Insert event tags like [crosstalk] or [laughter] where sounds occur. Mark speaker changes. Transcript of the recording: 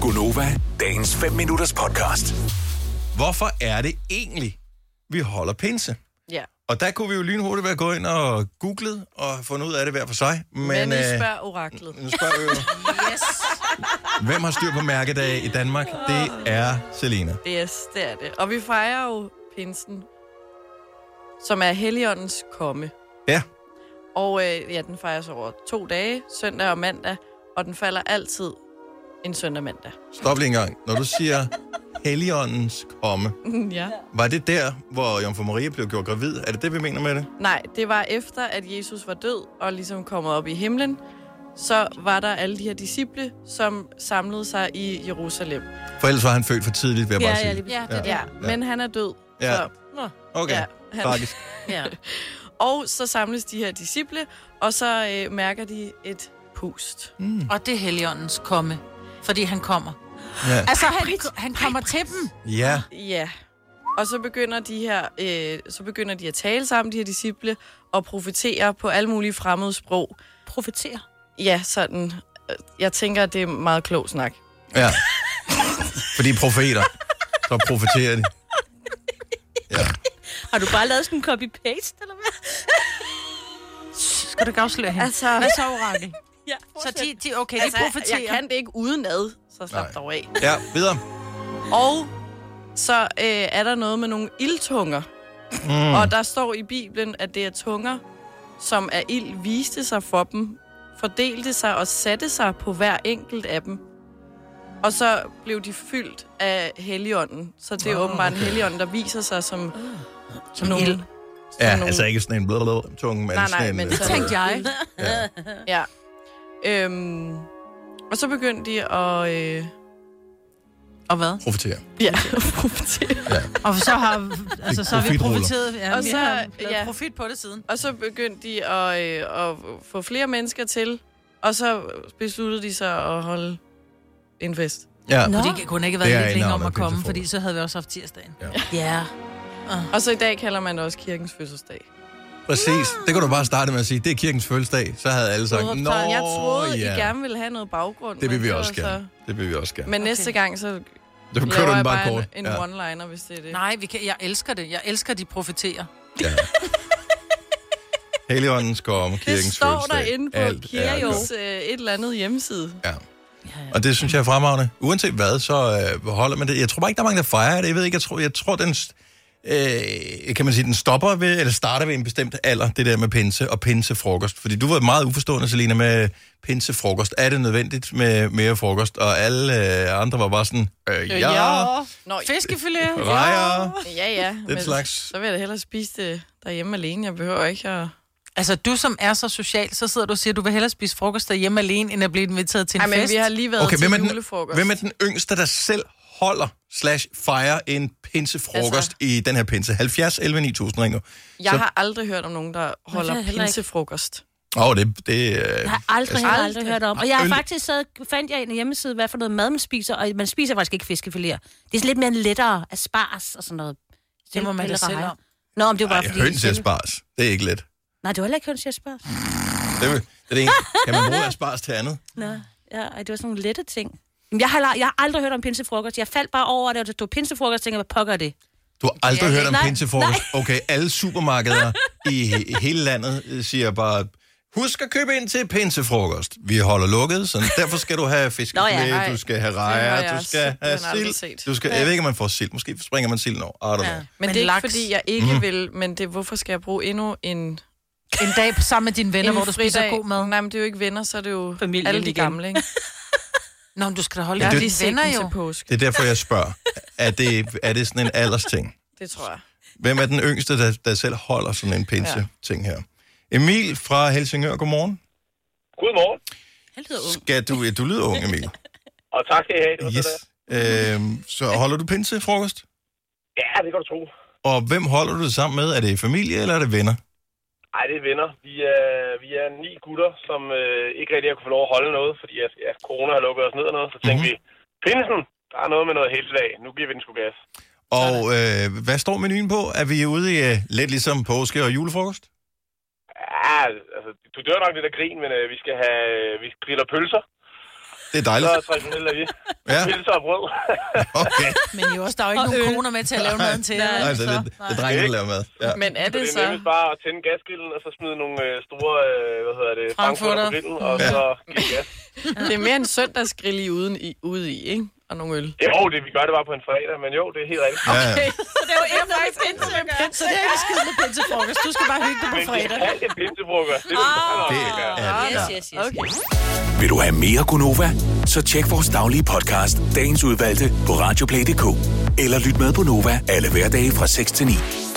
Speaker 1: Gunova, dagens 5 minutters podcast.
Speaker 2: Hvorfor er det egentlig, vi holder pinse?
Speaker 3: Ja.
Speaker 2: Og der kunne vi jo lynhurtigt være gået ind og googlet og fundet ud af det hver for sig. Men,
Speaker 3: Men nu
Speaker 2: øh,
Speaker 3: spørger oraklet.
Speaker 2: nu spørger vi jo,
Speaker 3: Yes,
Speaker 2: hvem har styr på mærkedage i Danmark? Det er Selina.
Speaker 3: yes, det er det. Og vi fejrer jo pinsen, som er Helligåndens komme.
Speaker 2: Ja.
Speaker 3: Og øh, ja, den fejres over to dage, søndag og mandag, og den falder altid en søndag
Speaker 4: [laughs]
Speaker 3: mandag.
Speaker 2: Stop lige en gang. Når du siger Helligåndens komme,
Speaker 3: ja.
Speaker 2: var det der, hvor Jomfru Maria blev gjort gravid? Er det det, vi mener med det?
Speaker 3: Nej, det var efter, at Jesus var død og ligesom kommet op i himlen, så var der alle de her disciple, som samlede sig i Jerusalem.
Speaker 2: For ellers var han født for tidligt, vil jeg bare
Speaker 4: Ja,
Speaker 2: sige.
Speaker 4: ja, lige præcis.
Speaker 2: Ja.
Speaker 3: Ja, men han er død.
Speaker 2: Ja.
Speaker 3: Så,
Speaker 2: Okay,
Speaker 3: Ja, han-
Speaker 2: tragisk.
Speaker 4: Ja.
Speaker 3: [laughs] og så samles de her disciple, og så øh, mærker de et pust.
Speaker 4: Og det er Helligåndens komme, fordi han kommer.
Speaker 2: Ja.
Speaker 4: Altså, han, han kommer til dem.
Speaker 2: ja.
Speaker 3: Ja. Og så begynder de her, øh, så begynder de at tale sammen, de her disciple, og profetere på alle mulige fremmede sprog.
Speaker 4: Profeter.
Speaker 3: Ja, sådan. øh, Jeg tænker, at det er meget klog snak.
Speaker 2: Ja. Fordi profeter, så profeterer de. Ja.
Speaker 5: Har du bare lavet sådan en copy-paste, eller hvad?
Speaker 4: Skal du ikke afsløre hende?
Speaker 3: Altså,
Speaker 4: Hvad så, orakel?
Speaker 5: Ja,
Speaker 4: Så de, de okay, de
Speaker 3: altså
Speaker 4: profeterer.
Speaker 3: jeg kan det ikke udenad, så
Speaker 2: Nej.
Speaker 3: slap dog af.
Speaker 2: ja, videre.
Speaker 3: Og så øh, er der noget med nogle ildtunger. Mm. Og der står i Bibelen, at det er tunger, som af ild viste sig for dem, fordelte sig og satte sig på hver enkelt af dem. Og så blev de fyldt af helligånden. Så det er oh, åbenbart en helligånd, der viser sig som, uh, som nogle...
Speaker 4: ild.
Speaker 3: som
Speaker 2: Ja,
Speaker 3: nogle-
Speaker 2: altså ikke sådan en blablabla tunge, men
Speaker 3: Nej, nej,
Speaker 2: sådan en...
Speaker 3: men
Speaker 2: øh,
Speaker 3: så-
Speaker 4: Det tænkte jeg.
Speaker 2: Ja.
Speaker 3: Ja. Øhm, og så begyndte de at... Øh,
Speaker 4: Og hvad?
Speaker 2: Profetere.
Speaker 3: [laughs] ja, profitere.
Speaker 4: Og så har, altså, så har vi
Speaker 2: Profitruller.
Speaker 4: profiteret. Ja,
Speaker 3: Og
Speaker 4: vi
Speaker 3: så-
Speaker 4: har lavet
Speaker 3: ja.
Speaker 4: profit på det siden.
Speaker 3: Og så begyndte de at, øh, at få flere mennesker til, og så besluttede de sig at holde en fest.
Speaker 2: Ja.
Speaker 4: Nå. Fordi det kunne ikke have
Speaker 2: Det er
Speaker 4: været lidt
Speaker 2: en
Speaker 4: længe
Speaker 2: arm
Speaker 4: om
Speaker 2: af
Speaker 4: at komme,
Speaker 2: pinsefrokost.
Speaker 4: fordi så havde vi også haft tirsdagen.
Speaker 5: Ja.
Speaker 3: Og så i dag kalder man det også kirkens fødselsdag.
Speaker 2: Præcis. Det kunne du bare starte med at sige. Det er kirkens fødselsdag. Så havde alle sagt, Nå,
Speaker 3: Så jeg troede,
Speaker 2: ja.
Speaker 3: I gerne ville have noget baggrund.
Speaker 2: Det vil
Speaker 3: men
Speaker 2: vi
Speaker 3: så-
Speaker 2: også gerne. Det vil vi også gerne.
Speaker 3: Men næste gang, så laver
Speaker 2: Du kører du den
Speaker 3: jeg
Speaker 2: bare
Speaker 3: bare
Speaker 2: kort.
Speaker 3: en, en
Speaker 2: ja.
Speaker 3: one-liner, hvis det er det.
Speaker 4: Nej, vi kan, jeg elsker det. Jeg elsker, at de profiterer.
Speaker 3: [laughs]
Speaker 2: ja. Helligåndens komme, kirkens
Speaker 3: det står
Speaker 2: fødselsdag.
Speaker 3: derinde på
Speaker 2: Alt er
Speaker 3: kirkens øh, et eller andet hjemmeside.
Speaker 2: Ja. Og det synes jeg er fremragende. Uanset hvad, så øh, holder man det. Jeg tror bare ikke, der er mange, der fejrer det. Jeg ved ikke, jeg tror, jeg tror den... st- Øh, kan man sige, den stopper ved, eller starter ved en bestemt alder, det der med pinse og pinsefrokost. Fordi du var meget uforstående, Selina, med pinsefrokost. Er det nødvendigt med mere frokost? Og alle øh, andre var bare sådan, øh, ja, ja.
Speaker 3: Nå,
Speaker 4: Fiskefilet.
Speaker 2: rejer,
Speaker 3: ja, ja.
Speaker 2: den
Speaker 3: men
Speaker 2: slags.
Speaker 3: Så vil jeg da hellere spise det derhjemme alene. Jeg behøver ikke at...
Speaker 4: Altså, du som er så social, så sidder du og siger, at du vil hellere spise frokost derhjemme alene, end at blive inviteret til en
Speaker 3: Ej, men
Speaker 4: fest.
Speaker 3: vi har lige været
Speaker 2: Okay,
Speaker 3: til
Speaker 2: hvem er, den,
Speaker 3: julefrokost.
Speaker 2: hvem er den yngste, der selv holder slash fejrer en pinsefrokost altså.
Speaker 3: Altså-
Speaker 2: i den her pinse? 70, 11, 9000 ringer.
Speaker 3: Jeg
Speaker 2: Så-
Speaker 3: så... har aldrig hørt om nogen, der holder
Speaker 5: jeg heller ikke.
Speaker 3: pinsefrokost.
Speaker 2: Åh, oh, det... det øh,
Speaker 5: Jeg har
Speaker 2: altså-
Speaker 5: aldrig, altså, aldrig, aldrig hørt om. Og jeg har
Speaker 2: Øl-
Speaker 5: faktisk så fandt jeg en hjemmeside, hvad for noget mad man spiser, og man spiser faktisk ikke fiskefiléer. Det er sådan lidt mere lettere asparges og sådan noget.
Speaker 4: Det må man da selv om.
Speaker 5: Nå, men det var bare
Speaker 2: Ej,
Speaker 5: fordi...
Speaker 2: høns i
Speaker 5: det-
Speaker 2: asparges. Det er ikke let.
Speaker 5: Nej, det var heller ikke høns i asparges.
Speaker 2: Det er, det er det ene. Kan man bruge asparges til andet?
Speaker 5: Nå, ja, ej, det var sådan nogle lette ting. Jamen, Jeg har, la- jeg har aldrig hørt om pinsefrokost. Jeg faldt bare over det, og det stod pinsefrokost, og tænkte, jeg, hvad pokker er det?
Speaker 2: Du har aldrig
Speaker 5: Ja,
Speaker 2: hørt om
Speaker 5: nej,
Speaker 2: pinsefrokost. Okay, alle supermarkeder i he- hele landet øh, siger bare, husk at købe ind til pinsefrokost. Vi holder lukket, så derfor skal du have
Speaker 5: Nå ja,
Speaker 2: fiskefilet,
Speaker 3: nej.
Speaker 2: du skal have
Speaker 3: Det har
Speaker 2: rejer,
Speaker 3: jeg
Speaker 2: du skal have
Speaker 3: simpelthen aldrig
Speaker 2: sild.
Speaker 3: set.
Speaker 2: Du skal, jeg ved ikke, om man får sild. Måske springer man silden over. I don't know.
Speaker 4: Men,
Speaker 3: Men, men det er
Speaker 4: det
Speaker 3: ikke,
Speaker 4: laks,
Speaker 3: fordi jeg ikke mm. vil, men det, hvorfor skal jeg bruge endnu en
Speaker 4: en dag sammen med dine venner,
Speaker 3: en
Speaker 4: hvor du spiser
Speaker 3: fridag?
Speaker 4: god mad.
Speaker 3: Nej, men det er jo ikke venner, så er det jo
Speaker 5: Familien
Speaker 3: alle de
Speaker 5: igen.
Speaker 3: gamle, ikke?
Speaker 4: Nå, men du skal da holde
Speaker 3: Jeg
Speaker 4: dig
Speaker 3: har lige
Speaker 4: ja, dine
Speaker 3: set
Speaker 4: venner
Speaker 3: dem
Speaker 4: jo.
Speaker 3: til påske.
Speaker 2: Det er derfor, jeg spørger. Er det, er det sådan en aldersting?
Speaker 3: Det tror jeg.
Speaker 2: Hvem er den yngste, der, der selv holder sådan en pinse-ting her? Emil fra Helsingør, godmorgen.
Speaker 6: Godmorgen,
Speaker 5: Han lyder ung.
Speaker 2: Skal du, ja, du lyder ung, Emil.
Speaker 6: og tak skal I have. Det var
Speaker 2: Yes.
Speaker 6: så der.
Speaker 2: Øhm, så holder du pinsefrokost?
Speaker 6: Ja, det kan du tro.
Speaker 2: Og hvem holder du det sammen med? Er det familie, eller er det venner?
Speaker 6: Ej, det er venner. Vi er, vi er ni gutter, som øh, ikke rigtig har kunne få lov at holde noget, fordi at, ja, corona har lukket os ned og noget. Så
Speaker 2: Mhm.
Speaker 6: tænkte mm-hmm. vi, pinsen, der er noget med noget hele dag. Nu giver vi den sgu gas.
Speaker 2: Og øh, hvad står menuen på? Er vi ude i øh, lidt ligesom påske og julefrokost?
Speaker 6: Ja, altså, du dør nok lidt af grin, men øh, vi skal have, vi griller øh, pølser.
Speaker 2: Det er dejligt.
Speaker 6: Så traditionelt er vi.
Speaker 2: Ja.
Speaker 6: Pilser og brød.
Speaker 2: [laughs] Okay.
Speaker 4: Men I er også, der er jo ikke
Speaker 5: Og
Speaker 4: nogen
Speaker 5: øl.
Speaker 4: koner med til at lave maden til.
Speaker 5: Nej.
Speaker 4: vel?
Speaker 2: Altså, det, det er drengene, der laver mad. Ja.
Speaker 3: [laughs] Men er
Speaker 6: [laughs] Så
Speaker 3: det
Speaker 6: det er
Speaker 3: så...
Speaker 6: nemmest bare at tænde gasgrillen, og så smide nogle øh, store, øh, hvad hedder det,
Speaker 4: Frankfurter.
Speaker 6: frankfurter på grillen, og så give gas.
Speaker 3: Det er mere en søndagsgrill i uden i, ude i, ikke? Og nogle øl.
Speaker 6: Jo, det, vi gør det bare på en fredag, men jo, det er helt rigtigt.
Speaker 2: Ja, ja.
Speaker 5: Så det er jo ikke noget pinse med pinse.
Speaker 4: Så det er ikke skidt med pinsefrokost. Du skal bare hygge dig
Speaker 3: 아,
Speaker 4: på
Speaker 6: Men det
Speaker 4: fredag.
Speaker 6: er alt en pinsefrokost. Det vil jeg nok ikke gøre.
Speaker 5: Yes, yes, yes.
Speaker 3: Okay.
Speaker 1: Vil du have mere Gunova? Så tjek vores daglige podcast, dagens udvalgte, på radioplay.dk. Eller lyt med på Nova alle hverdage fra 6 til 9.